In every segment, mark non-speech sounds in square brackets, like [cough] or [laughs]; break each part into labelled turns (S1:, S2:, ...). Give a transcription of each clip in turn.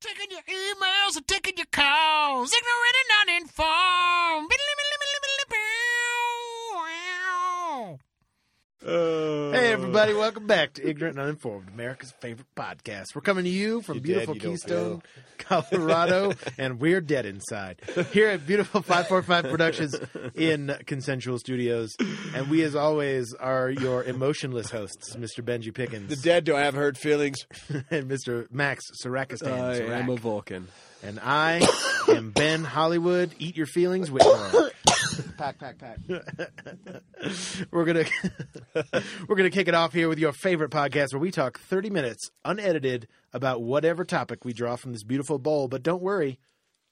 S1: Taking your emails and taking your calls. Ignorant and uninformed.
S2: Uh,
S3: Hey, everybody, welcome back
S2: [laughs]
S3: to Ignorant and Uninformed, America's favorite podcast. We're coming to you from
S2: You're dead,
S3: beautiful
S2: you don't
S3: Keystone, [laughs]
S2: [laughs]
S3: Colorado, and we're dead inside here at beautiful 545 Productions in Consensual Studios. And we, as always, are your emotionless hosts, Mr. Benji Pickens
S2: The dead don't have hurt feelings.
S3: [laughs] and Mr. Max Sarakistan.
S4: I
S3: Sarak.
S4: am a Vulcan.
S3: and I am Ben Hollywood. Eat your feelings, Whitmore.
S2: Pack, pack, pack.
S3: [laughs] we're gonna [laughs] we're gonna kick it off here with your favorite podcast where we talk 30 minutes unedited about whatever topic we draw from this beautiful bowl but don't worry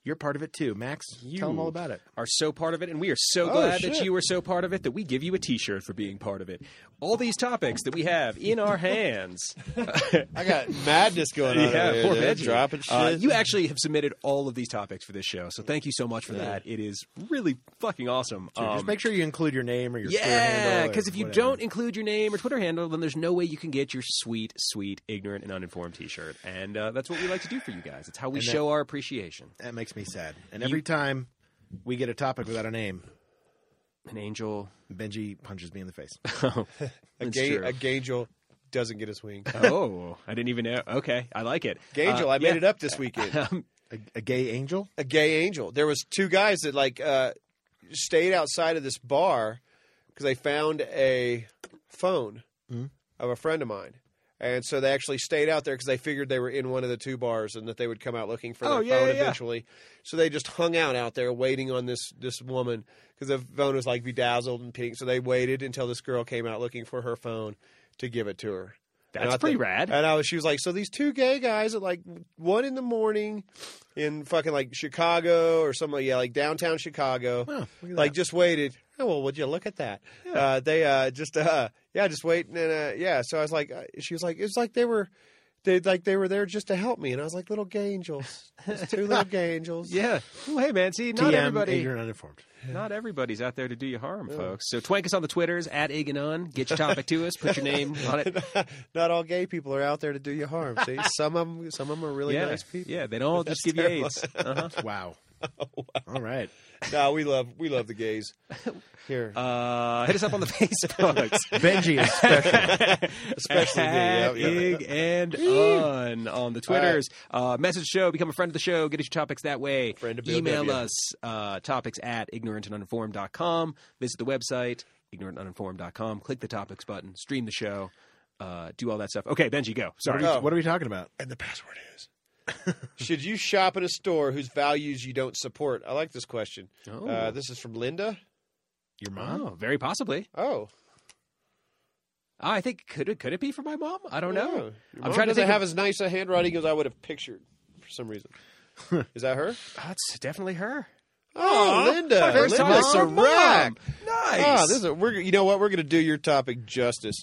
S3: you're part of it too max tell them all about it
S4: Are so part of it, and we are so
S2: Oh,
S4: glad
S2: shit.
S4: that you are so part of it that we give you a T-shirt for being part of it. All these topics that we have in our hands.
S2: I got madness going
S3: [laughs]
S2: on. over
S4: yeah,
S2: here,
S4: poor
S2: dude.
S4: Benji.
S2: Dropping shit.
S4: Uh, you actually have submitted all of these topics for this show, so thank you so much for that. It is really fucking awesome. Um,
S3: just make sure you include your name or your Twitter
S4: yeah,
S3: handle or
S4: because if you
S3: whatever.
S4: don't include your name or Twitter handle, then there's no way you can get your sweet, sweet, ignorant, and uninformed T-shirt. And uh, that's what we like to do for you guys. It's how we
S3: And that-
S4: show our appreciation.
S3: that makes me sad and every time we get a topic without a name
S4: An angel.
S3: benji punches me in the face
S4: [laughs]
S2: a,
S4: It's
S2: gay,
S4: Oh, [laughs] true.
S2: a gangel doesn't get a swing.
S4: oh, I didn't even know. Okay, I like it.
S2: Gangel,
S4: Uh,
S2: I made
S4: yeah.
S2: it up this weekend.
S4: [laughs]
S3: a, a gay angel
S2: a gay angel. There was two guys that like uh, stayed outside of this bar because they found a phone
S4: Mm-hmm.
S2: of a friend of mine. And so they actually stayed out there because they figured they were in one of the two bars and that they would come out looking for their
S4: Oh, yeah,
S2: phone
S4: yeah, yeah.
S2: eventually. So they just hung out out there waiting on this this woman because the phone was like bedazzled and pink. So they waited until this girl came out looking for her phone to give it to her. And
S4: That's
S2: I
S4: pretty
S2: thought-
S4: rad.
S2: And I was, she was like, so these two gay guys at like one in the morning in fucking like Chicago or something, yeah, like downtown Chicago, like just waited. Oh, well, would you look at that? Uh, they uh, just, uh, yeah, just waiting. And uh, yeah, so I was like, uh, she was like, it's like they were. They like they were there just to help me, and I was like, little gay angels, Just two
S4: [laughs]
S2: little gay angels.
S4: yeah. Well, hey, man. See, not
S3: TM,
S4: everybody,
S3: ignorant uninformed
S4: not everybody's out there to do you harm, folks. So twank us on the twitters at Ig and Un. Get your topic to us. Put your
S2: [laughs]
S4: name on it.
S2: Not all gay people are out there to do you harm. See, some of them, some of them are really
S4: yeah,
S2: nice people.
S4: yeah. They don't all just give you
S2: terrible.
S4: AIDS. Uh-huh.
S3: [laughs] wow all right
S2: No, we love we love the gays. Here,
S4: Uh, hit us up on the [laughs] Facebooks.
S3: benji is
S4: [laughs]
S3: special
S2: Especially me, yeah,
S4: At
S2: yeah.
S4: Ig
S2: [laughs]
S4: and Un on the Twitters. Uh, message the show, become a friend of the show, get us your topics that way.
S2: Friend of BLW.
S4: Email us uh, topics at ignorantanduninformed.com. Visit the website, ignorantanduninformed.com. Click the topics button, stream the show, uh, do all that stuff. Okay, Benji, go. Sorry.
S2: Oh.
S3: what are we talking about
S2: And the password is. [laughs] Should you shop at a store whose values you don't support? I like this question.
S4: Oh.
S2: Uh, this is from Linda.
S3: your mom
S4: Oh, very possibly.
S2: Oh,
S4: Ah, I think could it could it be for my mom? I don't
S2: yeah.
S4: know.
S2: Your
S4: Oh, I'm trying
S2: mom
S4: to
S2: doesn't
S4: think.
S2: have
S4: of-
S2: as nice a handwriting as I would have pictured for
S4: [laughs]
S2: some reason. is that her?
S4: Ah, it's definitely her.
S2: Oh, Linda.
S4: My first
S2: Linda
S4: time.
S2: Serac.
S4: Mom. Nice.
S2: Ah, this is we're, you know what? We're going to do your topic justice.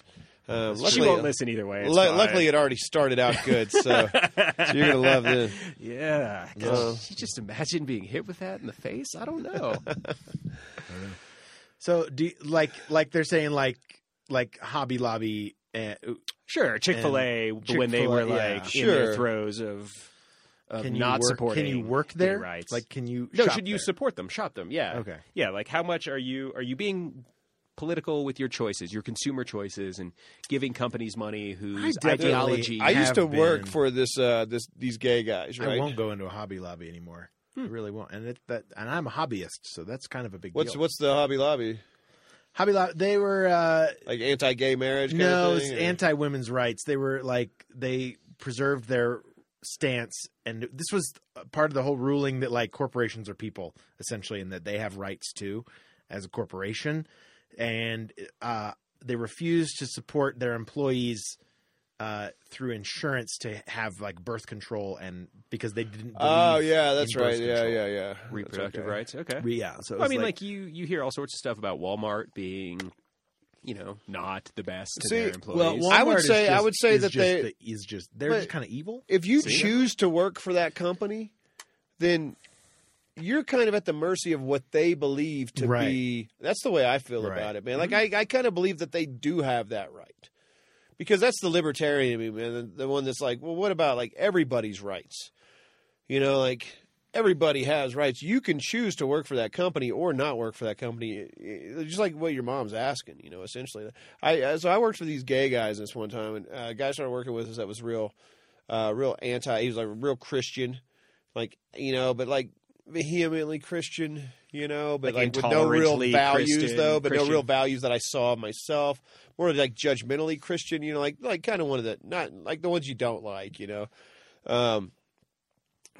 S2: Um,
S4: she
S2: luckily,
S4: won't listen either way. It's
S2: lu-
S4: fine.
S2: luckily, it already started out good,
S4: [laughs]
S2: so, so you're going to love this.
S4: Yeah. Could
S2: Uh.
S4: you just imagine being hit with that in the face? I don't
S3: [laughs]
S4: know.
S3: So do you, like like they're saying like like Hobby Lobby uh, and
S4: sure, Chick fil A when they
S3: Chick-fil-A,
S4: were
S3: yeah.
S4: like in their
S2: Sure.
S4: throes of, of
S3: can you
S4: not
S3: work,
S4: supporting.
S3: Can you work
S4: gay
S3: there?
S4: Rights.
S3: Like can you?
S4: no,
S3: shop
S4: should you
S3: there? Oh.
S4: support them? Shop them? Yeah.
S3: Okay.
S4: Yeah. Like how much are you are you being political with your choices, your consumer choices, and giving companies money whose
S3: definitely-
S4: ideology?
S3: [laughs]
S2: I used to
S3: have
S2: work
S3: been-
S2: for this uh, this these gay guys,
S3: I
S2: right?
S3: won't go into a Hobby Lobby anymore.
S4: Hmm.
S3: I really won't. And it, that and I'm a hobbyist, so that's kind of a big
S2: What's
S3: deal.
S2: what's the Hobby Lobby?
S3: Hobby Lobby? They were uh,
S2: Like anti-gay marriage? Kind
S3: no,
S2: of
S3: it's
S2: thing, or-
S3: anti women's rights. They were like they preserved their stance, and this was part of the whole ruling that like corporations are people essentially, and that they have rights too as a corporation, and uh, they refused to support their employees. Uh, through insurance to have like birth control and because they didn't. Believe
S2: Oh yeah, that's
S3: in birth
S2: right. Yeah,
S3: control.
S2: yeah, yeah. That's
S4: reproductive
S2: okay.
S4: rights. Okay.
S3: Yeah, so it
S4: Well, I
S3: was
S4: mean, like, you you hear all sorts of stuff about Walmart being, you know, not the best to
S2: See,
S4: their employees.
S3: well,
S2: I would
S3: Walmart is
S2: say- I
S3: just-
S2: would say
S3: is
S2: that
S3: just
S2: they-
S3: the- is just they're
S2: But-
S3: just kind of evil.
S2: If you
S3: See?
S2: choose to work for that company, then you're kind of at the mercy of what they believe to
S3: Right.
S2: be. That's the way I feel
S3: Right. Mm-hmm.
S2: about it, man. Like I, I kind of believe that they do have that right. Because that's the libertarian in me, man. The, the one that's like, well, what about like everybody's rights? You know, like everybody has rights. You can choose to work for that company or not work for that company, It- it- just like what your mom's asking. You know, essentially. I I- so I worked for these gay guys this one time, and uh, a guy started working with us that was real, uh, real anti. He was like a real Christian, like you know, but like vehemently Christian. You know, but
S4: Like
S2: like, with no real
S4: intolerantly
S2: values
S4: Christian-
S2: though, but no
S4: Christian.
S2: real values that I saw myself. More like judgmentally Christian, you know, like like kind of one of the not like the ones you don't like, you know. Um,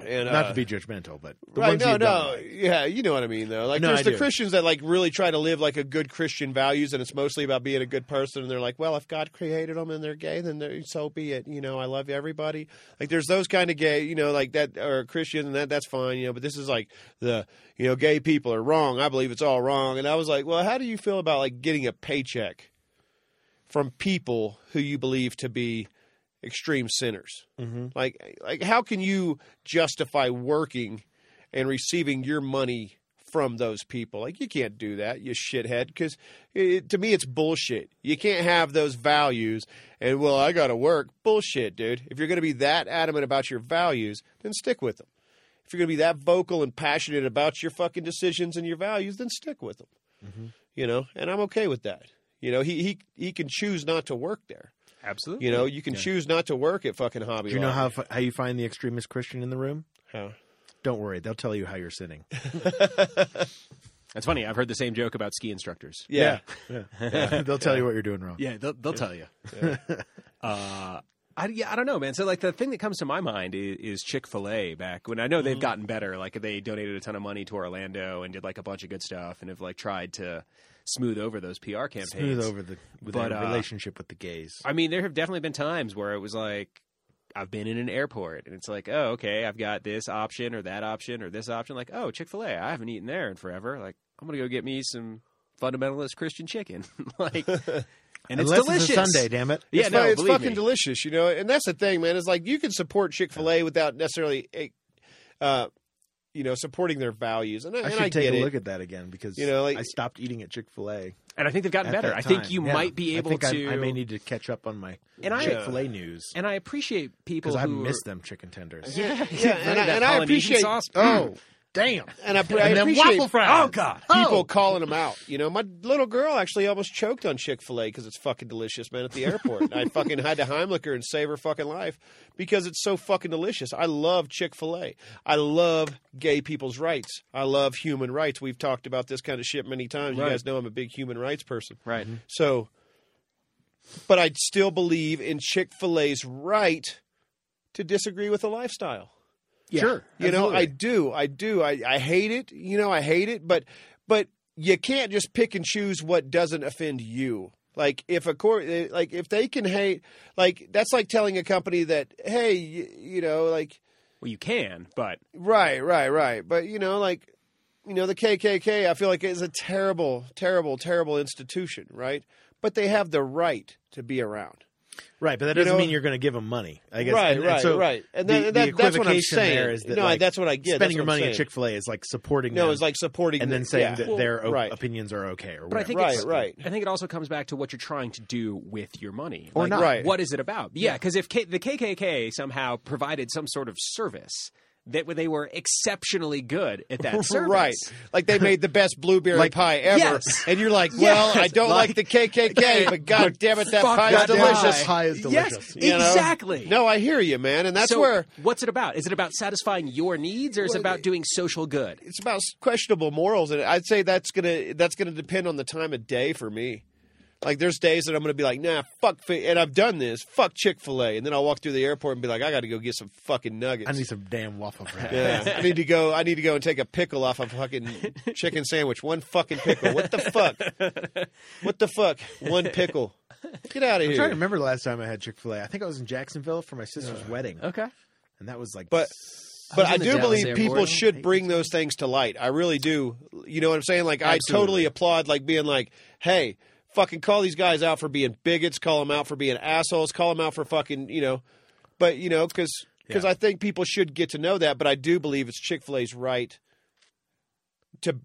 S2: and
S3: Not
S2: uh,
S3: to be judgmental, but the
S2: right,
S3: ones
S2: no,
S3: you
S2: no,
S3: don't like.
S2: yeah, you know what I mean, though. Like,
S3: No,
S2: there's
S3: I
S2: the
S3: do.
S2: Christians that like really try to live like a good Christian values, and it's mostly about being a good person. And they're like, well, if God created them and they're gay, then they're, so be it. You know, I love everybody. Like, there's those kind of gay, you know, like that or Christian, and that that's fine, you know. But this is like the you know, gay people are wrong. I believe it's all wrong. And I was like, well, how do you feel about like getting a paycheck from people who you believe to be extreme sinners?
S3: Mhm.
S2: Like, like how can you justify working and receiving your money from those people? Like, you can't do that, you shithead. Because to me, it's bullshit. You can't have those values. And well, I got to work. Bullshit, dude. If you're going to be that adamant about your values, then stick with them. If you're going to be that vocal and passionate about your fucking decisions and your values, then stick with them. You know, and I'm okay with that. You know, he he he can choose not to work there.
S4: Absolutely.
S2: You know, you can choose not to work at fucking Hobby.
S3: Do you know
S2: Lobby.
S3: how fi- how you find the extremist Christian in the room?
S2: How?
S3: Don't worry, they'll tell you how
S4: [laughs]
S3: you're sinning. [laughs]
S4: That's funny. I've heard the same joke about ski instructors.
S2: Yeah.
S3: Yeah. they'll tell you what you're doing wrong.
S4: Yeah, they'll, they'll tell you. [laughs] uh, I, yeah, I don't know, man. So, like, the thing that comes to my mind is, is Chick fil A back when I know they've gotten better. Like, they donated a ton of money to Orlando and did, like, a bunch of good stuff and have, like, tried to smooth over those PR campaigns.
S3: Smooth over the with
S4: But,
S3: their
S4: uh,
S3: relationship with the gays.
S4: I mean, there have definitely been times where it was like, I've been in an airport and it's like, oh, okay, I've got this option or that option or this option. Like, oh, Chick fil A, I haven't eaten there in forever. Like, I'm going to go get me some fundamentalist Christian chicken. [laughs]
S3: [laughs]
S4: like, and it's
S3: Unless
S4: delicious.
S3: It's a Sunday, damn it.
S4: Yeah,
S2: it's
S4: no,
S2: fu- it's
S4: believe
S2: fucking
S4: me.
S2: delicious, you know. And that's the thing, man. Is like you can support Chick Fil A without necessarily, eh, uh, you know, supporting their values. And I,
S3: I
S2: and
S3: should
S2: I
S3: take
S2: get
S3: a
S2: it.
S3: look at that again because
S2: You know, like-
S3: I stopped eating at Chick Fil A.
S4: And I think they've gotten better. I think you might be able
S3: I think
S4: to.
S3: I, I may need to catch up on my
S4: And I-
S3: Chick Fil A news
S4: and I appreciate people
S3: because I
S4: who
S3: miss them chicken tenders. [laughs]
S2: yeah,
S4: Get
S2: yeah,
S4: rid of
S2: and, I,
S4: that
S2: and I
S4: Polynesian
S2: appreciate
S4: sauce.
S3: oh, damn!
S2: and I, I
S3: And then
S2: appreciate
S3: waffle fries.
S4: Oh God!
S2: people calling them out. You know, my little girl actually almost choked on Chick Fil A because it's fucking delicious, man. At the airport, And I fucking had to Heimlicher and save her fucking life because it's so fucking delicious. I love Chick Fil A. I love gay people's rights. I love human rights. We've talked about this kind of shit many times.
S4: Right.
S2: You guys know I'm a big human rights person. Mm-hmm.
S4: Right.
S2: So, but I still believe in Chick Fil A's right to disagree with the lifestyle.
S3: Sure,
S2: You know, I do. I do. I, I hate it. You know, I hate it, but but you can't just pick and choose what doesn't offend you. Like if a court, like if they can hate, like that's like telling a company that, hey, you, you know, like
S4: Well, you can, but
S2: Right, right, right. But you know, like you know, the KKK, I feel like is a terrible, terrible, terrible institution, right? But they have the right to be around.
S3: right, but that doesn't
S2: know-
S3: mean you're going to give them money. I guess.
S2: right,
S3: and, and
S2: right,
S3: so
S2: right. And,
S3: the-
S2: then and that,
S3: the
S2: that's what I'm
S3: equivocation
S2: saying.
S3: There is that,
S2: no,
S3: like,
S2: that's what I get. That's
S3: spending your
S2: what I'm
S3: money at
S2: saying.
S3: Chick Fil A is like supporting.
S2: No,
S3: them
S2: it's like supporting
S3: and then
S2: them.
S3: saying
S2: Yeah.
S3: that their o-
S2: right.
S3: opinions are okay or whatever.
S4: but I think
S2: Right,
S4: it's,
S2: right.
S4: I think it also comes back to what you're trying to do with your money
S3: Or
S4: Like,
S3: not.
S2: Right.
S4: What is it about? Yeah, because if K- the KKK somehow provided some sort of service that they were exceptionally good at that service,
S2: [laughs] Right, like they made the best blueberry
S3: Like-
S2: pie ever,
S4: Yes.
S2: and you're like, "Well,
S4: Yes.
S2: I don't like, the KKK, but god damn it, that
S4: fuck
S2: pie's
S4: that pie.
S2: delicious."
S3: pie is delicious.
S4: Yes,
S2: You know?
S4: exactly.
S2: No, I hear you, man, and that's
S4: So
S2: where
S4: what's it about? Is it about satisfying your needs, or is it about doing social good?
S2: it's about questionable morals, and I'd say that's gonna that's gonna depend on the time of day for me. Like there's days that I'm gonna be like, nah, fuck, fi-, and I've done this, fuck Chick Fil A, and then I'll walk through the airport and be like, I got to go get some fucking nuggets.
S3: I need some damn waffle fries.
S2: yeah, I need to go. I need to go and take a pickle off a fucking chicken sandwich. One fucking pickle. What the fuck? What the fuck? One pickle. Get out of
S3: I'm trying to
S2: here.
S3: remember the last time I had Chick Fil A. I think I was in Jacksonville for my sister's wedding,
S4: Okay.
S3: and that was like.
S2: But-
S3: s-
S2: But
S3: was
S2: I
S3: in the
S2: do
S3: Dallas
S2: believe
S3: airport.
S2: people should
S3: Hey,
S2: bring those things to light. I really do. You know what I'm saying? Like I
S3: Absolutely.
S2: totally applaud like being like, hey, fucking call these guys out for being bigots. Call them out for being assholes. Call them out for fucking you know. But you know because because
S3: Yeah.
S2: I think people should get to know that. But I do believe it's Chick Fil A's right to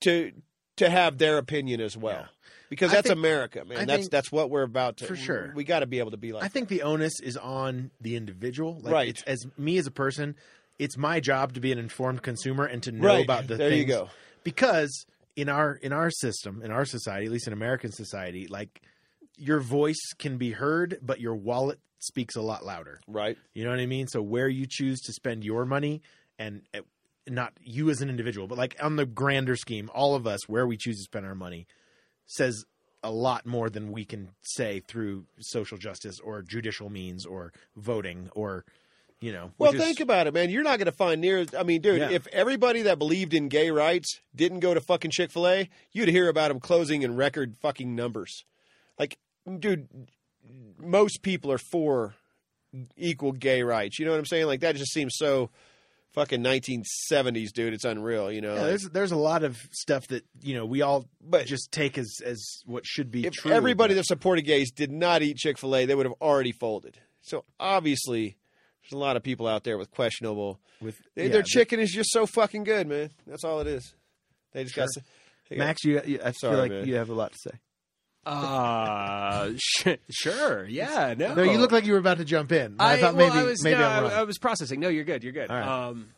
S2: to to have their opinion as well.
S3: Yeah.
S2: Because
S3: I
S2: that's
S3: think-
S2: America, man.
S3: I
S2: that's
S3: think-
S2: that's what we're about to.
S3: For sure.
S2: we got to be able to be like.
S3: I think the onus is on the individual. Like
S2: Right.
S3: It's, as me as a person, it's my job to be an informed consumer and to know
S2: Right.
S3: about the
S2: There you
S3: things
S2: go.
S3: because in our in our system in our society at least in american society like your voice can be heard but your wallet speaks a lot louder
S2: Right.
S3: you know what i mean so where you choose to spend your money and uh, not you as an individual but like on the grander scheme all of us where we choose to spend our money says a lot more than we can say through social justice or judicial means or voting or you know
S2: Well,
S3: which is-
S2: think about it, man. You're not going to find near. I mean, dude,
S3: Yeah.
S2: if everybody that believed in gay rights didn't go to fucking Chick Fil A, you'd hear about them closing in record fucking numbers. Like, dude, most people are for equal gay rights. You know what I'm saying? Like, that just seems so fucking 1970s, dude. It's unreal. You know,
S3: Yeah,
S2: Like,
S3: there's there's a lot of stuff that you know we all
S2: But-
S3: just take as as what should be
S2: if
S3: true.
S2: everybody
S3: but-
S2: that supported gays did not eat Chick Fil A, they would have already folded. So obviously, there's a lot of people out there with questionable.
S3: with
S2: They,
S3: yeah,
S2: their
S3: the-
S2: chicken is just so fucking good, man. That's all it is. They just got.
S3: Sure.
S2: s- they got-
S5: Max, you, you I
S2: Sorry,
S5: feel like
S2: man.
S5: you have a lot to say.
S4: Uh, [laughs] sh- sure. Yeah. No.
S3: No, you look like you were about to jump in. I,
S4: I,
S3: thought
S4: well,
S3: maybe
S4: I was,
S3: maybe
S4: no,
S3: I'm
S4: I-
S3: wrong.
S4: I was processing. No, you're good. You're good.
S3: All right.
S4: Um,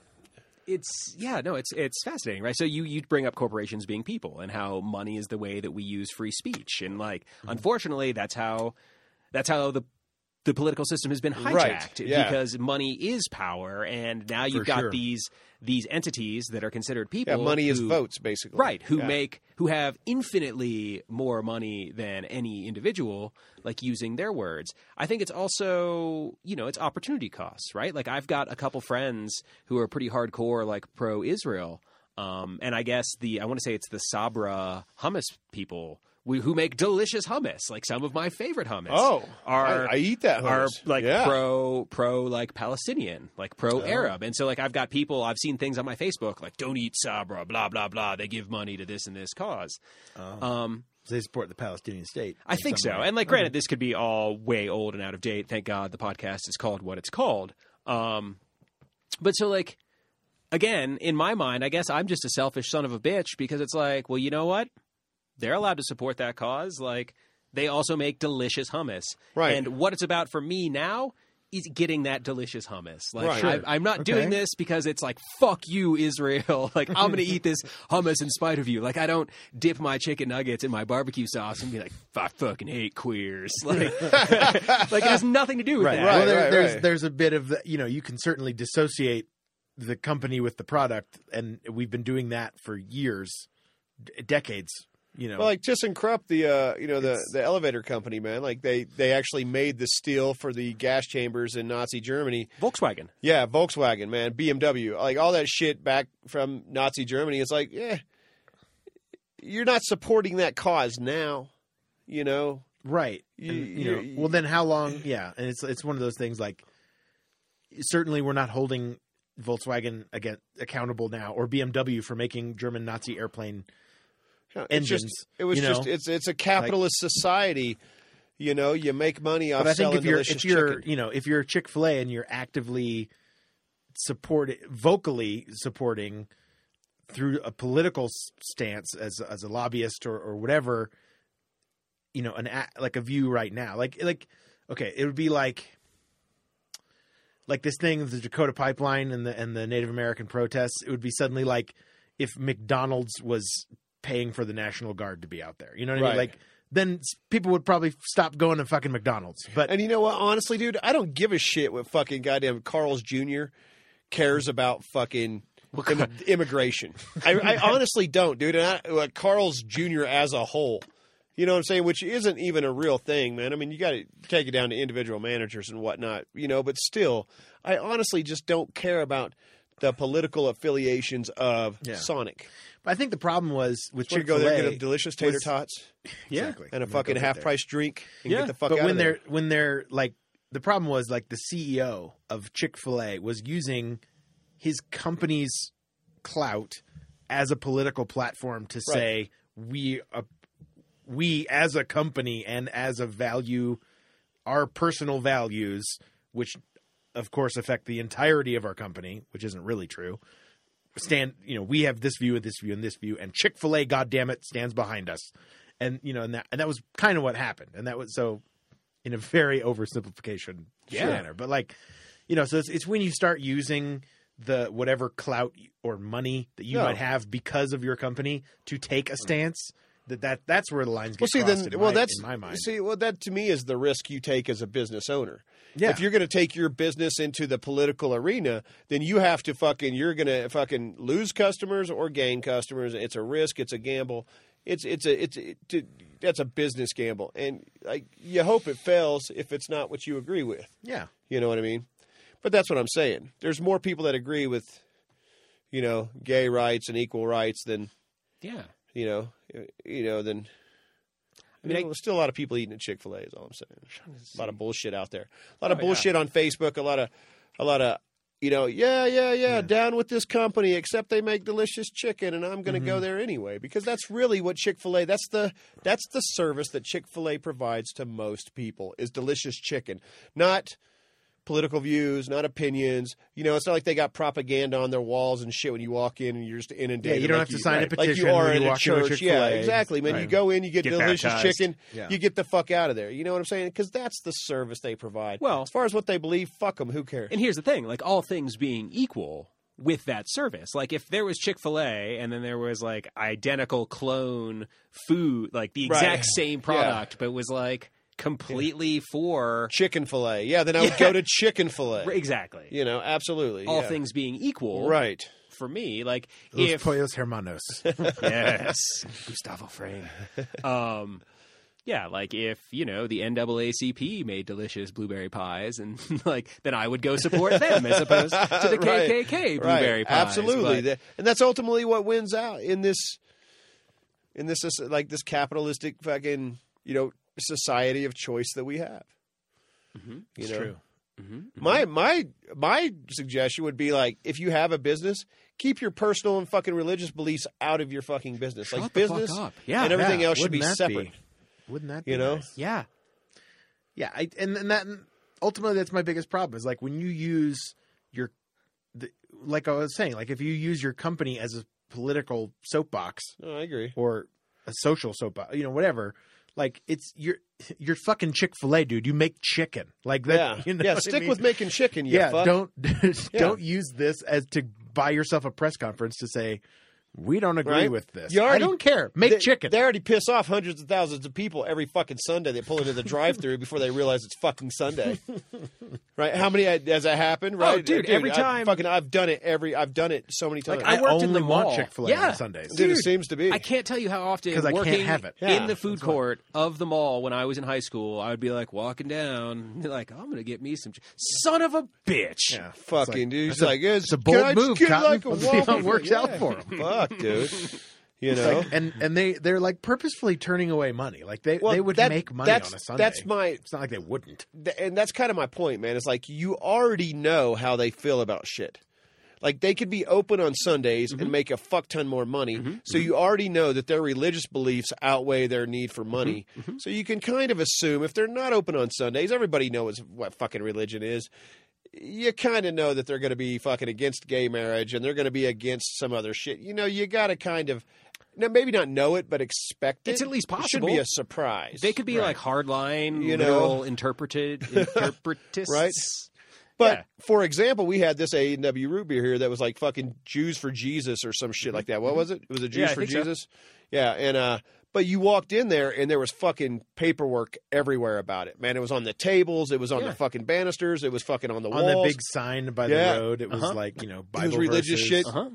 S4: it's yeah, no, it's it's fascinating, right? So you you bring up corporations being people and how money is the way that we use free speech, and like
S3: Mm-hmm.
S4: unfortunately, that's how that's how the the political system has been hijacked
S2: Right, yeah.
S4: because money is power, and now you've
S3: For
S4: got
S3: sure.
S4: these these entities that are considered
S2: yeah,
S4: people.
S2: money is
S4: who-
S2: votes, basically.
S4: right who
S2: Yeah.
S4: make who have infinitely more money than any individual like using their words i think it's also you know it's opportunity costs right like i've got a couple friends who are pretty hardcore like pro israel um, and i guess the i want to say it's the sabra hummus people who who make delicious hummus like some of my favorite hummus
S2: Oh,
S4: are
S2: I, I eat that.
S4: are
S2: hummus.
S4: like
S2: yeah. Oh.
S4: pro pro like Palestinian, like pro Arab. And so like I've got people I've seen things on my Facebook like don't eat Sabra, blah blah blah. They give money to this and this cause.
S2: Oh.
S4: Um,
S3: So they support the Palestinian state.
S4: I think so. And like granted, this could be all way old and out of date. Thank God the podcast is called what it's called. Um, but so like again, in my mind, I guess I'm just a selfish son of a bitch because it's like, well, you know what? They're allowed to support that cause. Like they also make delicious hummus.
S2: Right.
S4: And what it's about for me now is getting that delicious hummus. Like
S2: Right.
S4: I, I'm not
S3: Okay.
S4: doing this because it's like fuck you, Israel. [laughs] like I'm
S2: [laughs]
S4: gonna eat this hummus in spite of you. Like I don't dip my chicken nuggets in my barbecue sauce and be like I fucking hate queers. [laughs] Like, like it has nothing to do with
S3: right.
S4: that.
S2: Right,
S3: well, there,
S2: right,
S3: there's
S2: right.
S3: there's a bit of the, you know you can certainly dissociate the company with the product, and we've been doing that for years, d- decades. You know,
S2: Well, like ThyssenKrupp, the uh, you know the,
S3: It's-
S2: the elevator company, man. Like they they actually made the steel for the gas chambers in Nazi Germany.
S4: Volkswagen.
S2: Yeah, Volkswagen, man, BMW, like all that shit back from Nazi Germany. It's like, yeah, you're not supporting that cause now. You know,
S3: right
S2: You-
S3: And, you know,
S2: you-
S3: well then how long yeah and it's it's one of those things like certainly we're not holding volkswagen again accountable now or bmw for making german nazi airplane
S2: Yeah, it's
S3: engines
S2: just It was
S3: you
S2: just
S3: know?
S2: it's it's a capitalist society. You know, you make money off
S3: but i think
S2: selling
S3: if you're
S2: delicious
S3: if you're
S2: chicken.
S3: you know if you're chick-fil-a and you're actively support vocally supporting through a political s- stance as as a lobbyist or or whatever you know an a- like a view right now like like okay it would be like like this thing of the Dakota pipeline and the and the Native American protests it would be suddenly like if McDonald's was paying for the National Guard to be out there you know what I
S2: Right.
S3: mean like then s- people would probably stop going to fucking McDonald's but
S2: And you know what? Honestly, dude, I don't give a shit what fucking goddamn Carl's Jr. cares about fucking im- immigration. I,
S3: [laughs]
S2: I honestly don't, dude. And I, like Carl's Jr. as a whole, you know what I'm saying? Which isn't even a real thing, man. I mean, you got to take it down to individual managers and whatnot, you know. But still, I honestly just don't care about the political affiliations of
S3: Yeah.
S2: Sonic.
S3: I think the problem was with
S2: Should
S3: Chick
S2: go
S3: Fil
S2: there and get a
S3: A.
S2: delicious tater
S3: was-
S2: tots
S3: Exactly.
S2: and a fucking half price drink and
S4: Yeah,
S2: get the fuck
S3: But
S2: out
S3: when
S2: of there.
S3: they're when they're like the problem was like the CEO of Chick Fil A was using his company's clout as a political platform to say we uh, we as a company and as a value our personal values which of course affect the entirety of our company which isn't really true stand you know we have this view and this view and this view and chick-fil-a goddamn it stands behind us and you know and that and that was kind of what happened and that was so in a very oversimplification
S4: Yeah.
S3: manner but like you know so it's, it's when you start using the whatever clout or money that you
S2: No.
S3: might have because of your company to take a stance. That, that that's where the lines get
S2: Well, see,
S3: crossed
S2: then,
S3: in,
S2: well,
S3: my,
S2: that's
S3: in my mind.
S2: see, well, that to me is the risk you take as a business owner.
S3: yeah,
S2: If you're going to take your business into the political arena, then you have to fucking you're going to fucking lose customers or gain customers. It's a risk. It's a gamble. It's it's a it's it, to, that's a business gamble, and like you hope it fails if it's not what you agree with.
S3: yeah,
S2: You know what I mean? But that's what I'm saying. There's more people that agree with, you know, gay rights and equal rights than
S4: Yeah.
S2: you know, uh, you know, than. I
S4: I mean,
S2: mean,
S4: I-
S2: there's still a lot of people eating at Chick Fil A. Is all I'm saying. A lot of bullshit out there. A lot of
S4: Oh, yeah.
S2: bullshit on Facebook. A lot of, a lot of, you know, yeah, yeah, yeah,
S3: Yeah.
S2: down with this company, except they make delicious chicken, and I'm going to go
S3: Mhm.
S2: there anyway because that's really what Chick Fil A. That's the that's the service that Chick Fil A provides to most people is delicious chicken, not political views, not opinions. You know, it's not like they got propaganda on their walls and shit when you walk in and you're just
S3: yeah.
S2: inundated.
S3: You don't
S2: like
S3: have to sign a
S2: right,
S3: petition
S2: like you are
S3: when
S2: in
S3: you
S2: a
S3: walk into
S2: church.
S3: Chick-fil-A.
S2: yeah, exactly, man. You
S3: Right.
S2: go in, you get,
S4: Get
S2: delicious
S4: baptized.
S2: chicken,
S3: Yeah.
S2: you get the fuck out of there. You know what I'm saying? Because that's the service they provide.
S4: Well-
S2: as far as what they believe, fuck them. Who cares?
S4: And here's the thing: like all things being equal with that service, like if there was Chick Fil A and then there was like identical clone food, like the
S2: Right.
S4: exact same product, but was like completely for
S2: chicken fillet. Yeah, then I would go to chicken
S4: Right,
S2: fillet.
S4: exactly
S2: You know, absolutely.
S4: all
S2: yeah.
S4: things being equal.
S2: Right.
S4: For me, like
S3: Los
S4: if
S3: Pollos
S2: [laughs]
S3: Hermanos.
S4: yes, [laughs] Gustavo Frame. Um, yeah, like if you know the NAACP made delicious blueberry pies, and [laughs] like then I would go support them as opposed [laughs]
S2: [laughs]
S4: to the
S2: Right.
S4: KKK blueberry
S2: right.
S4: pies.
S2: Absolutely,
S4: But-
S2: That- and that's ultimately what wins out in this, in this this- like this capitalistic fucking you know society of choice that we have.
S4: Mhm.
S2: You know,
S4: Mhm.
S2: my my my suggestion would be like if you have a business, keep your personal and fucking religious beliefs out of your fucking business.
S4: Shut
S2: like
S4: the fuck
S2: business
S4: up. Yeah.
S2: and everything
S3: Yeah,
S2: else should
S3: wouldn't
S2: be
S3: that
S2: separate.
S3: Wouldn't that?
S2: You
S3: be
S2: know?
S3: nice?
S4: yeah.
S3: Yeah, I, and and that ultimately that's my biggest problem is like when you use your, the, like I was saying, like if you use your company as a political soapbox
S2: No, Oh, I agree.
S3: or a social soapbox, you know, whatever. Like it's you're you're fucking Chick Fil A, dude. You make chicken like that.
S2: yeah,
S3: [laughs] you know
S2: yeah.
S3: what I
S2: Stick
S3: mean?
S2: with making chicken. You
S3: yeah.
S2: fuck.
S3: Don't [laughs] don't use this as to buy yourself a press conference to say we don't agree
S2: Right?
S3: with this.
S2: You already-
S3: I don't care. Make
S2: they,
S3: chicken.
S2: They already piss off hundreds of thousands of people every fucking Sunday. They pull into the drive-through before they realize it's fucking Sunday. right? How many uh, has that happened? Right,
S4: dude, every
S2: I
S4: time-
S2: fucking, I've done it every. I've done it so many times.
S4: Like, I worked in
S3: only
S4: the
S3: want
S4: mall.
S3: Chick Fil A
S4: Yeah.
S3: on Sundays.
S2: dude, it seems to be.
S4: I can't tell you how often
S3: 'Cause I can't
S4: working
S3: have it.
S2: Yeah,
S4: in the food
S3: that's why.
S4: court of the mall when I was in high school, I would be like walking down, [laughs] like I'm gonna get me some. Ch-. Son of a bitch!
S3: Yeah.
S2: fucking
S3: It's like, that's
S2: dude. He's
S3: a-
S2: like, it's
S3: that's a bold
S2: can I just
S3: move,
S2: get
S3: Cotton.
S2: Like a
S3: Let's see how it
S2: waffle?"
S3: works
S2: Yeah.
S3: out for 'em. [laughs]
S2: Fuck, dude. You
S3: It's
S2: know,
S3: like- and and they they're like purposefully turning away money. Like they
S2: Well,
S3: they would
S2: that-
S3: make money
S2: That's
S3: on a Sunday.
S2: that's my
S3: It's not like they wouldn't.
S2: th- and that's kind of my point, man. It's like you already know how they feel about shit. Like they could be open on Sundays
S4: Mm-hmm.
S2: and make a fuck ton more money. So you already know that their religious beliefs outweigh their need for money.
S4: Mm-hmm.
S2: So you can kind of assume if they're not open on Sundays, everybody knows what fucking religion is. You kind of know that they're going to be fucking against gay marriage and they're going to be against some other shit. You know, you got to kind of now maybe not know it, but expect it.
S4: It's at least
S2: It should be
S4: possible.
S2: a surprise.
S4: They could be like hardline,
S2: You
S4: you
S2: know.
S4: literal interpreted
S2: [laughs]
S4: interpretists.
S2: Right. But
S4: Yeah.
S2: for example, we had this AEW root beer here that was like fucking Jews for Jesus or some
S3: Mm-hmm.
S2: shit like that. What was it? It was a Jews
S4: Yeah, I
S2: for
S4: think so.
S2: Jesus. Yeah, and uh but you walked in there and there was fucking paperwork everywhere about it. Man, it was on the tables, it was on
S3: Yeah.
S2: the fucking banisters, it was fucking on the
S3: On
S2: walls.
S3: that big sign by
S2: Yeah.
S3: the road, it was
S4: Uh-huh.
S3: like you know
S2: it
S3: Bible
S2: was religious
S3: verses.
S2: shit.
S4: Uh-huh.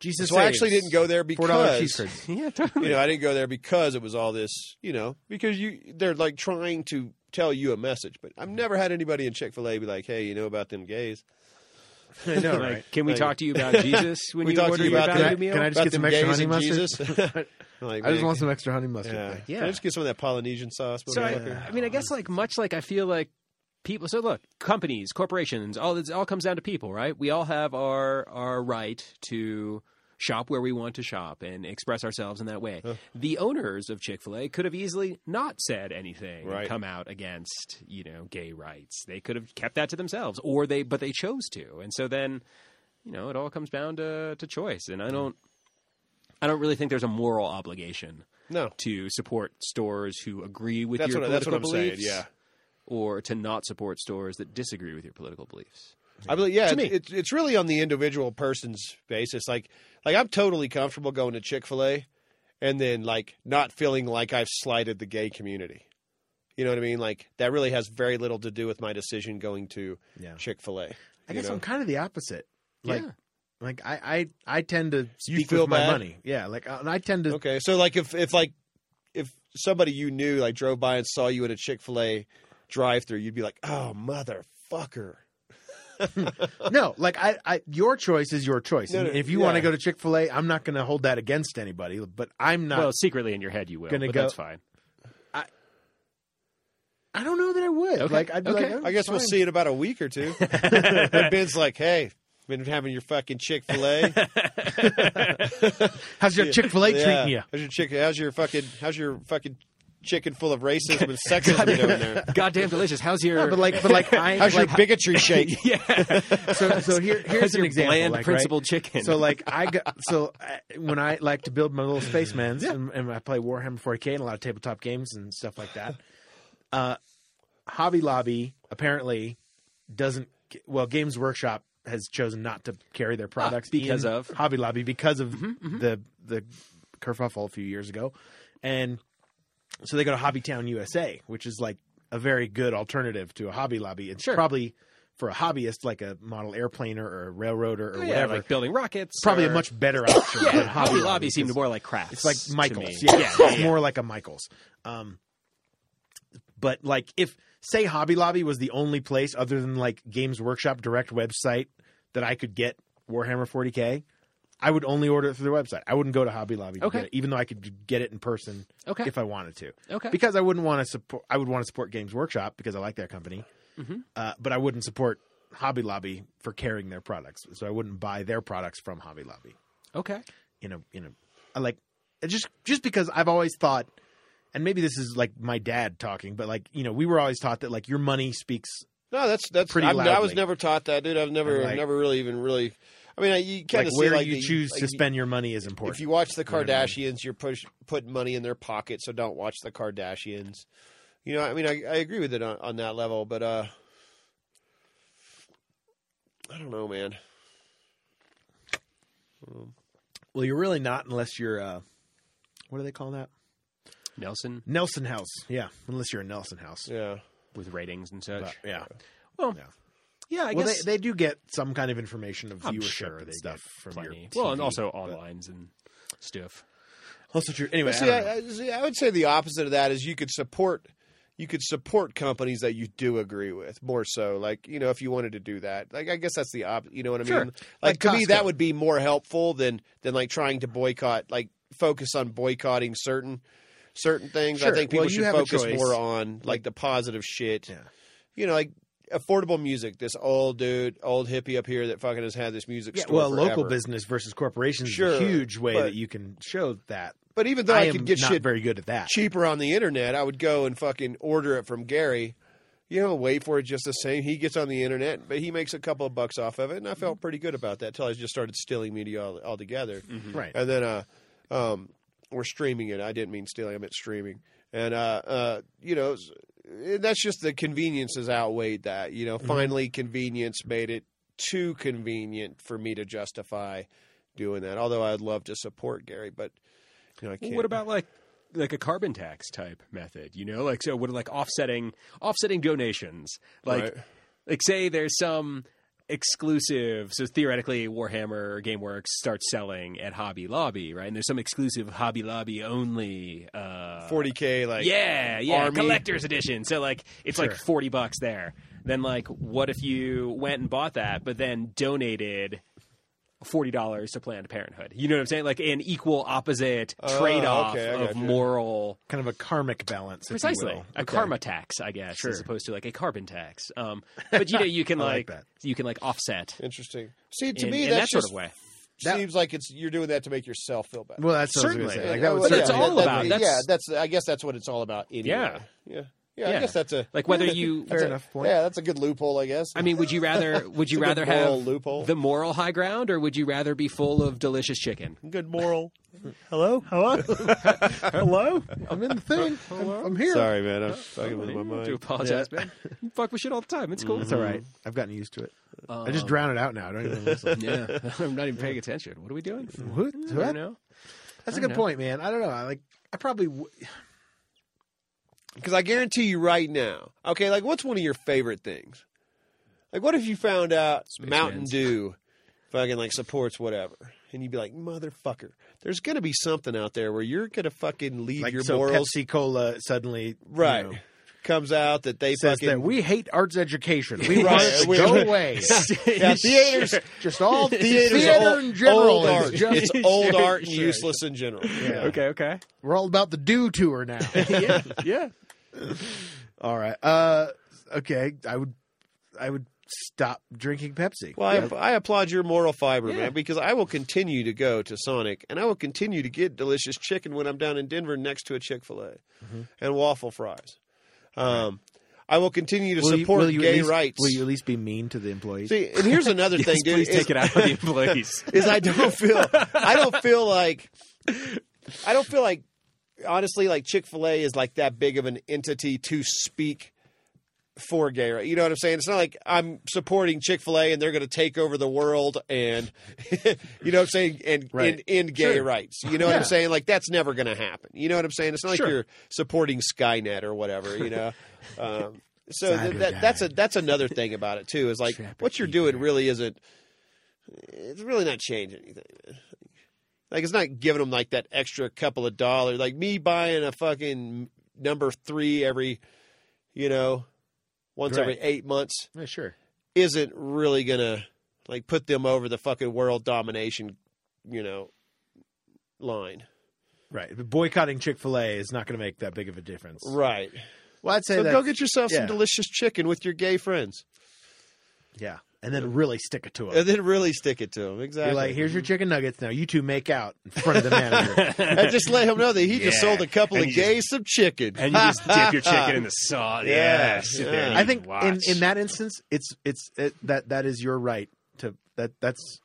S3: Jesus,
S2: So I actually didn't go there
S3: Four dollar cheese
S2: because
S3: curds.
S4: [laughs] Yeah, totally.
S2: [laughs] you know, I didn't go there because it was all this, you know, because you they're like trying to tell you a message, but
S3: Mm-hmm.
S2: I've never had anybody in Chick-fil-A be like, "Hey, you know about them gays?"
S3: I know,
S4: Like,
S3: right?
S4: Can we
S2: Like-
S4: talk to you about Jesus when
S2: We
S4: you
S2: talked to
S4: order
S2: you
S4: your
S2: about
S4: value
S2: that.
S3: Can I-
S4: meal?
S3: can I just
S2: about
S3: get
S2: them
S3: some extra
S2: gays
S3: honey
S2: and
S3: mustard? [laughs]
S2: Jesus? Like,
S3: I just
S2: man,
S3: want some extra honey mustard.
S2: Yeah.
S3: thank you.
S4: Yeah.
S2: Can I just get some of that Polynesian sauce.
S4: So I,
S2: motherfucker?
S4: I mean, I guess like much like I feel like people. So look, companies, corporations, all it all comes down to people, right? We all have our our right to shop where we want to shop and express ourselves in that way. The owners of Chick Fil A could have easily not said anything, and
S2: Right.
S4: come out against you know gay rights. They could have kept that to themselves, or they but they chose to, and so then you know it all comes down to to choice. And I don't. I don't really think there's a moral obligation
S2: no.
S4: to support stores who agree with
S2: That's
S4: your
S2: what, that's
S4: political
S2: what I'm saying.
S4: beliefs,
S2: Yeah.
S4: or to not support stores that disagree with your political beliefs.
S2: I believe, yeah,
S3: To me.
S2: it's it's really on the individual person's basis. Like, like I'm totally comfortable going to Chick Fil A, and then like not feeling like I've slighted the gay community. You know what I mean? Like that really has very little to do with my decision going to
S3: Yeah.
S2: Chick Fil A.
S3: I guess I'm kind of the opposite. Like,
S2: Yeah.
S3: like I, I, I tend to speak
S2: feel
S3: with my
S2: bad?
S3: money. Yeah, like uh, I, and I tend
S2: [laughs]
S3: to.
S2: Okay, so like if if like if somebody you knew like drove by and saw you at a Chick Fil A drive through, you'd be like, oh motherfucker.
S3: No, like I, I, your choice is your choice.
S2: No,
S3: And
S2: no,
S3: if you want to
S2: yeah.
S3: go to Chick Fil A, I'm not going to hold that against anybody. But I'm not.
S4: well, secretly in your head you will,
S3: Gonna
S4: but
S3: go-
S4: that's fine.
S3: I don't know that I would.
S4: Okay,
S3: Like I'd be
S4: okay.
S3: like, oh,
S2: I guess we'll
S3: fine.
S2: see it about a week
S3: [laughs]
S2: or two. and Ben's like, hey, been having your fucking Chick Fil
S3: [laughs]
S2: A.
S3: How's your Chick Fil A treating you?
S2: How's your chick? How's your fucking? How's your fucking chicken full of
S3: [laughs]
S2: racism and sexism down there?
S4: [laughs] Goddamn delicious. How's your
S3: Yeah, but like, but like, I,
S2: [laughs] How's
S3: [laughs] like,
S2: your bigotry shake?
S4: [laughs] yeah?
S3: so, so here, here's
S4: How's
S3: an
S4: your
S3: example.
S4: bland
S3: like, right?
S4: principled chicken?
S3: So like I
S4: [laughs]
S3: got so I, when I like to build my little spacemans and, and I play Warhammer 40k and a lot of tabletop games and stuff like that. Uh, Hobby Lobby apparently doesn't. Well, Games Workshop has chosen not to carry their products
S4: Ah, because
S3: in
S4: of. Mm-hmm,
S3: Hobby Lobby because of the the kerfuffle a few years ago, and so they go to Hobbytown USA, which is like a very good alternative to a Hobby Lobby. It's
S4: Sure.
S3: probably for a hobbyist like a model airplaner or a railroader or
S4: Oh, yeah,
S3: whatever
S4: like building rockets.
S3: probably
S4: or-
S3: a much better
S4: [coughs]
S3: option than
S4: Hobby Lobby
S3: because
S4: seemed more like crafts.
S3: It's like
S4: to me.
S3: Michaels. Yeah,
S4: yeah,
S3: it's more like a Michaels. Um, but like if say Hobby Lobby was the only place other than like Games Workshop direct website that I could get Warhammer 40k, I would only order it through their website. I wouldn't go to Hobby Lobby to
S4: Okay.
S3: get it, even though I could get it in person
S4: Okay.
S3: if I wanted to.
S4: Okay.
S3: [laughs] Because I wouldn't want to support. I would want to support Games Workshop because I like their company, uh, but I wouldn't support Hobby Lobby for carrying their products. So I wouldn't buy their products from Hobby Lobby
S4: Okay.
S3: in a in a I like just just because I've always thought and maybe this is like my dad talking, but like, you know, we were always taught that like your money speaks
S2: No, that's that's
S3: Pretty
S2: I'm- I was
S3: loudly.
S2: never taught that, dude. I've never
S3: And, like-
S2: never really even really. I mean, I, you
S3: like
S2: kind of
S3: where
S2: see, like,
S3: you
S2: the-
S3: choose
S2: like,
S3: to spend your money is important.
S2: If you watch the
S3: know what I mean?
S2: Kardashians, you're push putting money in their pocket, so don't watch the Kardashians. You know, I mean, I, I agree with it on, on that level, but uh, I don't know, man.
S3: well, you're really not unless you're uh what do they call that?
S4: Nelson
S3: Nelson House. Yeah, unless you're a Nelson House.
S2: Yeah,
S4: with ratings and such.
S3: But, yeah.
S4: well,
S3: yeah.
S4: yeah, I
S3: well,
S4: guess
S3: they, they do get some kind of information of
S4: I'm
S3: viewership
S4: sure
S3: and
S4: they
S3: stuff
S4: get
S3: from
S4: plenty.
S3: your TV,
S4: well, and also
S3: but-
S4: onlines and stuff.
S3: Also true. Anyway, I
S2: see,
S3: don't know.
S2: I, I- see, I would say the opposite of that is you could support you could support companies that you do agree with more so like you know if you wanted to do that like i guess that's the op you know what i
S3: Sure.
S2: mean like,
S3: Like
S2: to me
S3: Costco.
S2: that would be more helpful than than like trying to boycott like focus on boycotting certain certain things i
S3: Sure.
S2: think people
S3: Well, you
S2: should
S3: have a
S2: focus
S3: choice.
S2: more on like the positive shit
S3: Yeah.
S2: you know like affordable music this old dude old hippie up here that fucking has had this music
S3: yeah,
S2: store
S3: well, local
S2: forever.
S3: business versus corporations
S2: Sure,
S3: is a huge way
S2: but-
S3: that you can show that.
S2: but even though
S3: I,
S2: i,
S3: am
S2: could get
S3: not
S2: shit
S3: very good at that.
S2: cheaper on the internet, I would go and fucking order it from Gary. You know, wait for it just the same. He gets on the internet, but he makes a couple of bucks off of it, and I felt pretty good about that until I just started stealing media all, altogether.
S4: Mm-hmm.
S3: Right.
S2: And then, uh, um, or streaming it. I didn't mean stealing; I meant streaming. And uh, uh, you know, s- eh, that's just the conveniences outweighed that. You know,
S4: Mm-hmm.
S2: finally, convenience made it too convenient for me to justify doing that. Although I'd love to support Gary, but you know, I can't.
S4: What about like like a carbon tax type method? You know, like so would like offsetting offsetting donations. Like
S2: Right.
S4: like say there's some exclusive so theoretically warhammer or gameworks starts selling at hobby lobby right and there's some exclusive hobby lobby only uh
S2: 40k? Like,
S4: yeah, yeah,
S2: Army.
S4: collector's edition. So like it's like
S3: Sure.
S4: 40 bucks there. Then like what if you went and bought that but then donated $40 to Planned Parenthood? You know what I'm saying? Like an equal opposite
S2: Oh,
S4: trade-off
S2: okay, I
S4: of
S2: gotcha.
S4: moral
S3: kind of a karmic balance, if you
S4: Precisely,
S3: will.
S4: a
S3: Okay.
S4: karma tax, I guess,
S3: Sure.
S4: as opposed to like a carbon tax.
S2: [laughs]
S4: Um, but you know, you can
S3: I
S4: like,
S3: like that.
S4: you can like offset
S2: Interesting. See, to
S4: in,
S2: me,
S4: in
S2: that's
S4: that
S2: just
S4: sort of way.
S3: That-
S2: seems like it's you're doing that to make yourself feel better.
S3: Well, that's certainly
S4: Certainly.
S3: like that would
S4: But
S2: yeah,
S4: it's
S3: certainly-
S4: all
S2: that-
S4: about-
S2: yeah,
S4: that's-
S2: that's. I guess that's what it's all about. Anyway.
S4: Yeah.
S2: yeah. Yeah, I
S4: Yeah.
S2: guess that's a
S4: Like whether
S2: Yeah,
S4: you,
S3: Fair enough point.
S2: Yeah, that's a good loophole, I guess.
S4: I mean, would you rather would
S2: [laughs]
S4: you
S2: It's a
S4: rather
S2: good moral
S4: have
S2: loophole?
S4: the moral high ground, or would you rather be full of delicious chicken?
S2: good moral.
S5: Hello?
S3: [laughs]
S5: Hello? Hello? I'm in the
S4: [laughs]
S5: thing.
S4: Hello?
S5: I'm here.
S2: Sorry, man. I'm fucking with my
S4: to
S2: mind.
S4: apologize, man. You fuck with shit all the time. It's cool. Um,
S3: It's all right. I've gotten used to it. I just drown it out now. I don't even listen.
S4: Yeah,
S3: [laughs]
S4: I'm not even paying attention. What are we doing? [laughs]
S3: What?
S4: I
S3: What?
S4: don't
S3: [laughs]
S4: know.
S3: That's
S4: I
S3: a good
S4: know.
S3: point, man. I don't know. I like. I probably. W-
S2: Because I guarantee you right now, okay, like what's one of your favorite things? Like, what if you found out Mountain
S4: Man's.
S2: Dew fucking like supports whatever? And you'd be like, motherfucker, there's going to be something out there where you're going to fucking leave
S3: like
S2: your
S3: so
S2: morals.
S3: Pepsi Cola suddenly you
S2: right.
S3: know,
S2: Comes out that they
S3: says
S2: fucking.
S3: that we hate arts education. We [laughs]
S2: Right.
S3: want it to
S2: We-
S3: go away. [laughs]
S2: yeah, theaters.
S3: just [laughs] all
S2: Theaters
S3: theater
S2: are old,
S3: in general
S2: old
S3: is
S2: art.
S3: just- [laughs]
S2: It's old art and useless in general.
S3: Yeah.
S4: Okay, okay.
S3: We're all about the do tour now.
S4: yeah, yeah.
S3: [laughs] all right. Uh, okay. I would. I would stop drinking Pepsi.
S2: Well, I, I applaud your moral fiber,
S4: Yeah.
S2: man, because I will continue to go to Sonic and I will continue to get delicious chicken when I'm down in Denver next to a Chick fil A and waffle fries. Um, I will continue to support
S3: at
S2: gay
S3: least-
S2: rights.
S3: Will you at least be mean to the employees?
S2: See, and here's another thing, dude.
S4: Please
S2: is-
S4: take it out of the employees.
S2: is
S3: [laughs]
S2: I don't feel I don't feel like I don't feel like honestly like Chick Fil A is like that big of an entity to speak for gay. right? You know what I'm saying? It's not like I'm supporting Chick Fil A and they're going to take over the world and [laughs] you know what I'm saying and
S3: Right.
S2: and end gay
S3: Sure.
S2: rights. You know what I'm saying? Like that's never going to happen. You know what I'm saying? It's not
S4: Sure.
S2: like you're supporting Skynet or whatever. You
S3: [laughs]
S2: know. Um, so
S3: Cyber
S2: th- that,
S3: guy.
S2: that's a that's another thing about it too. Is like
S3: Trapper
S2: what you're doing really isn't it's really not changing anything. man. Like it's not giving them like that extra couple of dollars. Like me buying a fucking number three every, you know, once every
S3: Right.
S2: eight months
S3: Yeah, sure.
S2: isn't really gonna like put them over the fucking world domination, you know, line.
S3: Right. But boycotting Chick Fil A is not going to make that big of a difference.
S2: Right.
S3: Well, I'd say
S2: So
S3: that.
S2: go get yourself
S3: yeah.
S2: some delicious chicken with your gay friends,
S3: yeah, and then really stick it to
S2: and
S3: it.
S2: then really stick it to them. Exactly.
S3: You're like, here's your chicken nuggets. Now you two make out in front of the
S2: [laughs]
S3: [laughs] manager.
S2: and just let him know that he just
S4: Yeah.
S2: sold a couple
S4: And
S2: of
S4: you just-
S2: gays some chicken.
S4: And you just dip your chicken
S2: [laughs]
S4: in the sauce.
S2: Yeah,
S4: Yeah, sit there
S2: yeah.
S4: and
S3: I think in,
S4: watch.
S3: in that instance, it's it's it, that that is your right to that that's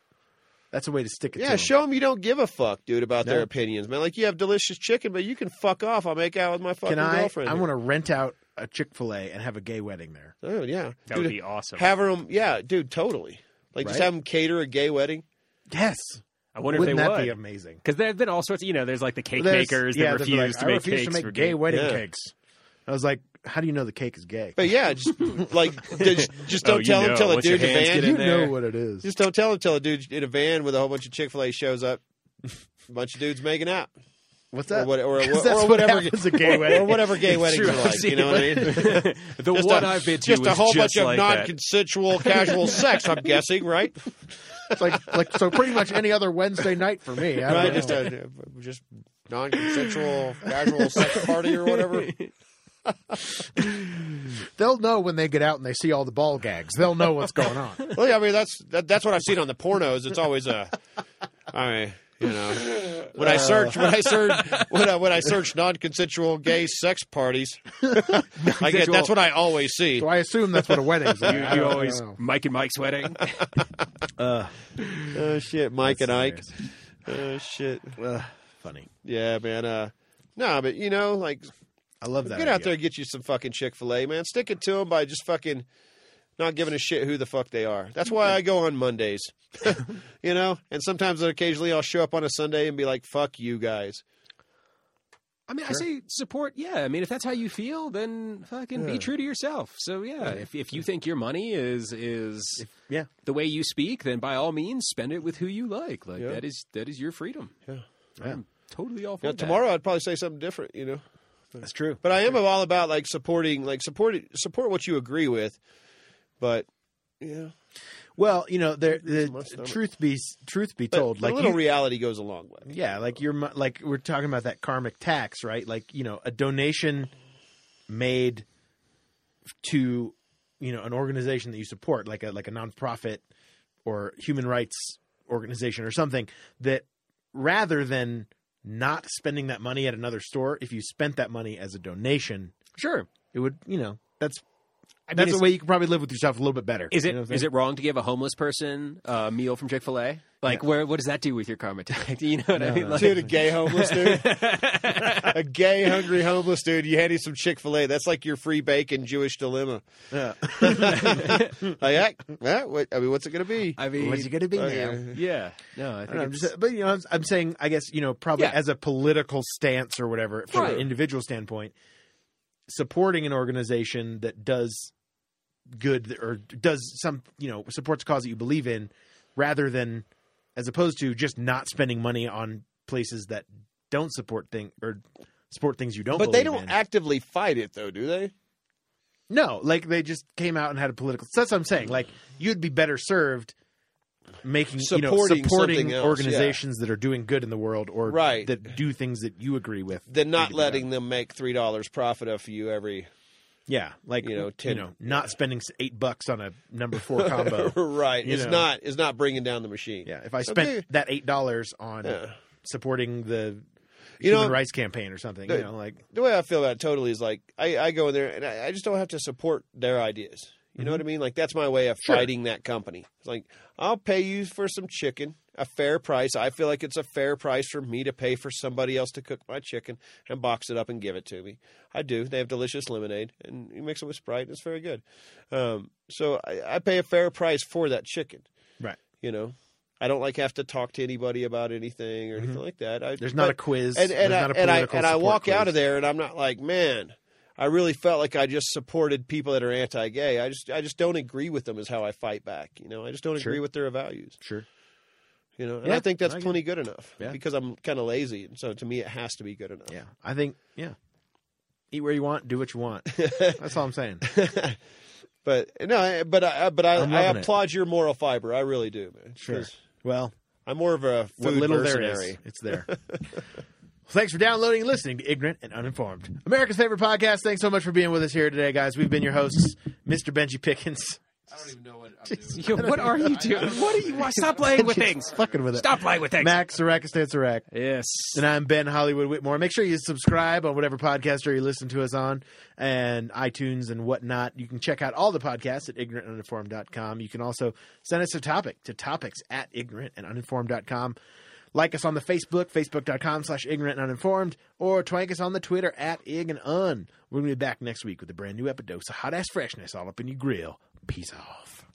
S3: that's a way to stick it.
S2: Yeah,
S3: to 'em.
S2: show them you don't give a fuck, dude, about
S3: No.
S2: their opinions, man. Like you have delicious chicken, but you can fuck off. I'll make out with my fucking
S3: Can I?
S2: girlfriend.
S3: I
S2: here.
S3: want to rent out a Chick Fil A and have a gay wedding there.
S2: Oh yeah,
S4: that
S2: dude,
S4: would be awesome.
S2: have them. Yeah, dude, totally. Like just
S3: Right?
S2: have them cater a gay wedding.
S3: Yes.
S4: I wonder
S3: Wouldn't
S4: if they
S3: that be
S4: would.
S3: amazing?
S4: Because there have been all sorts of, you know, there's like the cake
S3: There's-
S4: makers
S3: yeah,
S4: that
S3: they'd be
S4: refuse
S3: like,
S4: to
S3: I
S4: make
S3: refuse
S4: cakes
S3: to make
S4: for
S3: gay wedding
S2: Yeah.
S3: cakes. I was like, how do you know the cake is gay?
S2: But
S3: [laughs]
S2: yeah, just like just, just
S4: Oh,
S2: don't
S4: you
S2: tell them
S4: know.
S2: till a
S4: Once your
S2: dude in a
S4: hands get
S2: van.
S4: in
S3: you
S4: there.
S3: know what it is.
S2: [laughs] Just don't tell them till a dude in a van with a whole bunch of Chick Fil A shows up. [laughs] A bunch of dudes making out,
S3: What's
S2: or,
S3: that?
S2: what,
S3: [laughs]
S2: or,
S3: 'Cause
S2: or,
S3: that's
S2: or
S3: what
S2: whatever,
S3: happens at gay
S2: [laughs] or- or
S3: weddings.
S4: [laughs]
S2: whatever gay weddings
S4: True,
S2: are
S4: I've
S2: like.
S4: seen
S2: You know what I
S4: it.
S2: mean?
S4: the one i I've been to
S2: just a
S4: was
S2: whole
S4: just
S2: bunch
S4: like
S2: of
S4: that. [laughs]
S2: non-consensual casual sex. I'm guessing, right?
S3: It's like like so pretty much any other Wednesday night for me. I don't
S2: Right?
S3: know.
S2: Just a uh, just non-consensual
S4: [laughs]
S2: casual sex party or whatever.
S3: They'll know when they get out and they see all the ball gags. They'll know what's going [laughs] on.
S2: Well, yeah, I mean that's that, that's what I've seen on the pornos. It's always a, I mean, you know, when I search when I search when I, when I search non-consensual gay sex parties, I get that's what I always see.
S3: So I assume that's what a wedding's like. I
S4: You
S3: don't- I
S4: always
S3: don't know.
S4: Mike and Mike's wedding.
S2: Oh shit, Mike and Ike. Oh shit,
S3: Ugh, funny.
S2: yeah, man. Uh, no, but you know, like
S3: I love that.
S2: Get out there and get you some fucking Chick fil A, man. Stick it to them by just fucking not giving a shit who the fuck they are. That's why I go on Mondays, [laughs] you know? And sometimes occasionally I'll show up on a Sunday and be like, fuck you guys.
S4: I mean, I say support. Yeah, I mean, if that's how you feel, then fucking be true to yourself. So yeah, if if you think your money is is
S3: yeah.
S4: the way you speak, then by all means, spend it with who you like. Like
S2: Yeah.
S4: that is that is your freedom.
S2: Yeah.
S4: I'm totally all for
S2: You know,
S4: that.
S2: tomorrow I'd probably say something different, you know?
S3: That's true.
S2: But I am all about like supporting, like support support what you agree with. But, yeah.
S3: Well, you know, there, the
S2: my stomach.
S3: truth be truth be
S2: But
S3: told,
S2: a
S3: like
S2: little
S3: you-
S2: reality goes a long way.
S3: yeah, like you're mo- like we're talking about that karmic tax, right? Like you know, a donation made to you know an organization that you support, like a like a nonprofit or human rights organization or something that rather than not spending that money at another store, if you spent that money as a donation,
S4: Sure.
S3: it It would, you know, that's
S4: I mean,
S3: that's
S4: is,
S3: a way you can probably live with yourself a little bit better.
S4: is
S3: You
S4: it
S3: know what I'm
S4: is
S3: saying?
S4: it wrong to give a homeless person a meal from Chick Fil A? Like, where what does that do with your karma tag? [laughs] You know what I mean? Like,
S2: Dude, a gay homeless [laughs] dude, a gay hungry homeless dude. You had him some Chick Fil A. That's like your free bacon Jewish dilemma. [laughs] like, that, that, what, I mean, what's it going to be?
S4: I mean,
S3: What's it gonna be
S2: Okay.
S3: now?
S4: Oh, yeah, no, I
S3: I
S4: think
S3: don't know, I'm
S4: it's-
S3: just- but you know, I'm, I'm saying, I guess you know, probably
S4: Yeah.
S3: as a political stance or whatever, from
S4: Right.
S3: an individual standpoint, supporting an organization that does good or does some, you know, supports a cause that you believe in, rather than as opposed to just not spending money on places that don't support thing or support things you don't.
S2: But they
S3: believe in.
S2: don't actively fight it, though, do they?
S3: No, like they just came out and had a political. So that's what I'm saying. Like you'd be better served making you
S2: Supporting
S3: know supporting
S2: something else,
S3: organizations that are doing good in the world or
S2: Right.
S3: that do things that you agree with.
S2: They're
S3: need
S2: not
S3: to be
S2: letting
S3: done.
S2: them make three dollars profit off you every
S3: yeah, like
S2: you
S3: you
S2: know,
S3: know,
S2: ten-
S3: not spending s- eight bucks on a number
S2: [laughs]
S3: four combo.
S2: right.
S3: You
S2: It's
S3: know.
S2: not. It's not bringing down the machine.
S3: Yeah, if I spent
S2: Okay.
S3: that eight dollars on
S2: Yeah.
S3: supporting the
S2: You
S3: human
S2: know-
S3: rights campaign or something,
S2: The-
S3: you know, like
S2: the way I feel about it totally is like I, I go in there and I, I just don't have to support their ideas. You know what I mean? Like that's my way of
S3: Mm-hmm. Sure.
S2: fighting that company. It's like I'll pay you for some chicken, a fair price. I feel like it's a fair price for me to pay for somebody else to cook my chicken and box it up and give it to me. I do. They have delicious lemonade and you mix it with Sprite and it's very good. Um, so I, I pay a fair price for that chicken.
S3: Right.
S2: You know, I don't like have to talk to anybody about anything or anything like that. I,
S3: Mm-hmm. there's not
S2: but-
S3: a quiz,
S2: and
S3: there's
S2: and I,
S3: not a
S2: and I
S3: political
S2: and I
S3: support
S2: walk out
S3: quiz.
S2: of there and I'm not like, man, I really felt like I just supported people that are anti-gay. I just I just don't agree with them is how I fight back. You know, I just don't
S3: Sure.
S2: agree with their values.
S3: Sure.
S2: You know, and I
S3: Yeah,
S2: think that's
S3: I get it.
S2: plenty good enough
S3: Yeah.
S2: because I'm kind of lazy, and so to me it has to be good enough.
S3: Yeah, I think yeah. Eat where you want, do what you [laughs] want. That's all I'm saying.
S2: But no, I- but I but I,
S3: I'm
S2: I
S3: loving it.
S2: applaud your moral fiber. I really do, man.
S3: Sure.
S2: 'Cause
S3: Well,
S2: I'm more of a food
S3: what little
S2: mercenary.
S3: there is, it's [laughs] there. Well, Thanks for downloading and listening to Ignorant and Uninformed, America's favorite podcast. Thanks so much for being with us here today, guys. We've been your hosts, Mr. Benji Pickens.
S4: Yo, what are you doing? What are you?
S3: [laughs]
S4: Why, stop playing with things.
S3: Fucking with it.
S4: Stop playing with things.
S3: Max Sarakistan Sarak.
S4: Yes.
S3: And I'm Ben Hollywood Whitmore. Make sure you subscribe on whatever podcaster you listen to us on and iTunes and whatnot. You can check out all the podcasts at ignorantanduninformed.com. You can also send us a topic to topics at ignorantanduninformed.com. Like us on the Facebook, facebook.com slash ignorant and uninformed, or twank us on the Twitter at ig and un. We're going to be back next week with a brand new epidose of hot ass freshness all up in your grill. Peace off.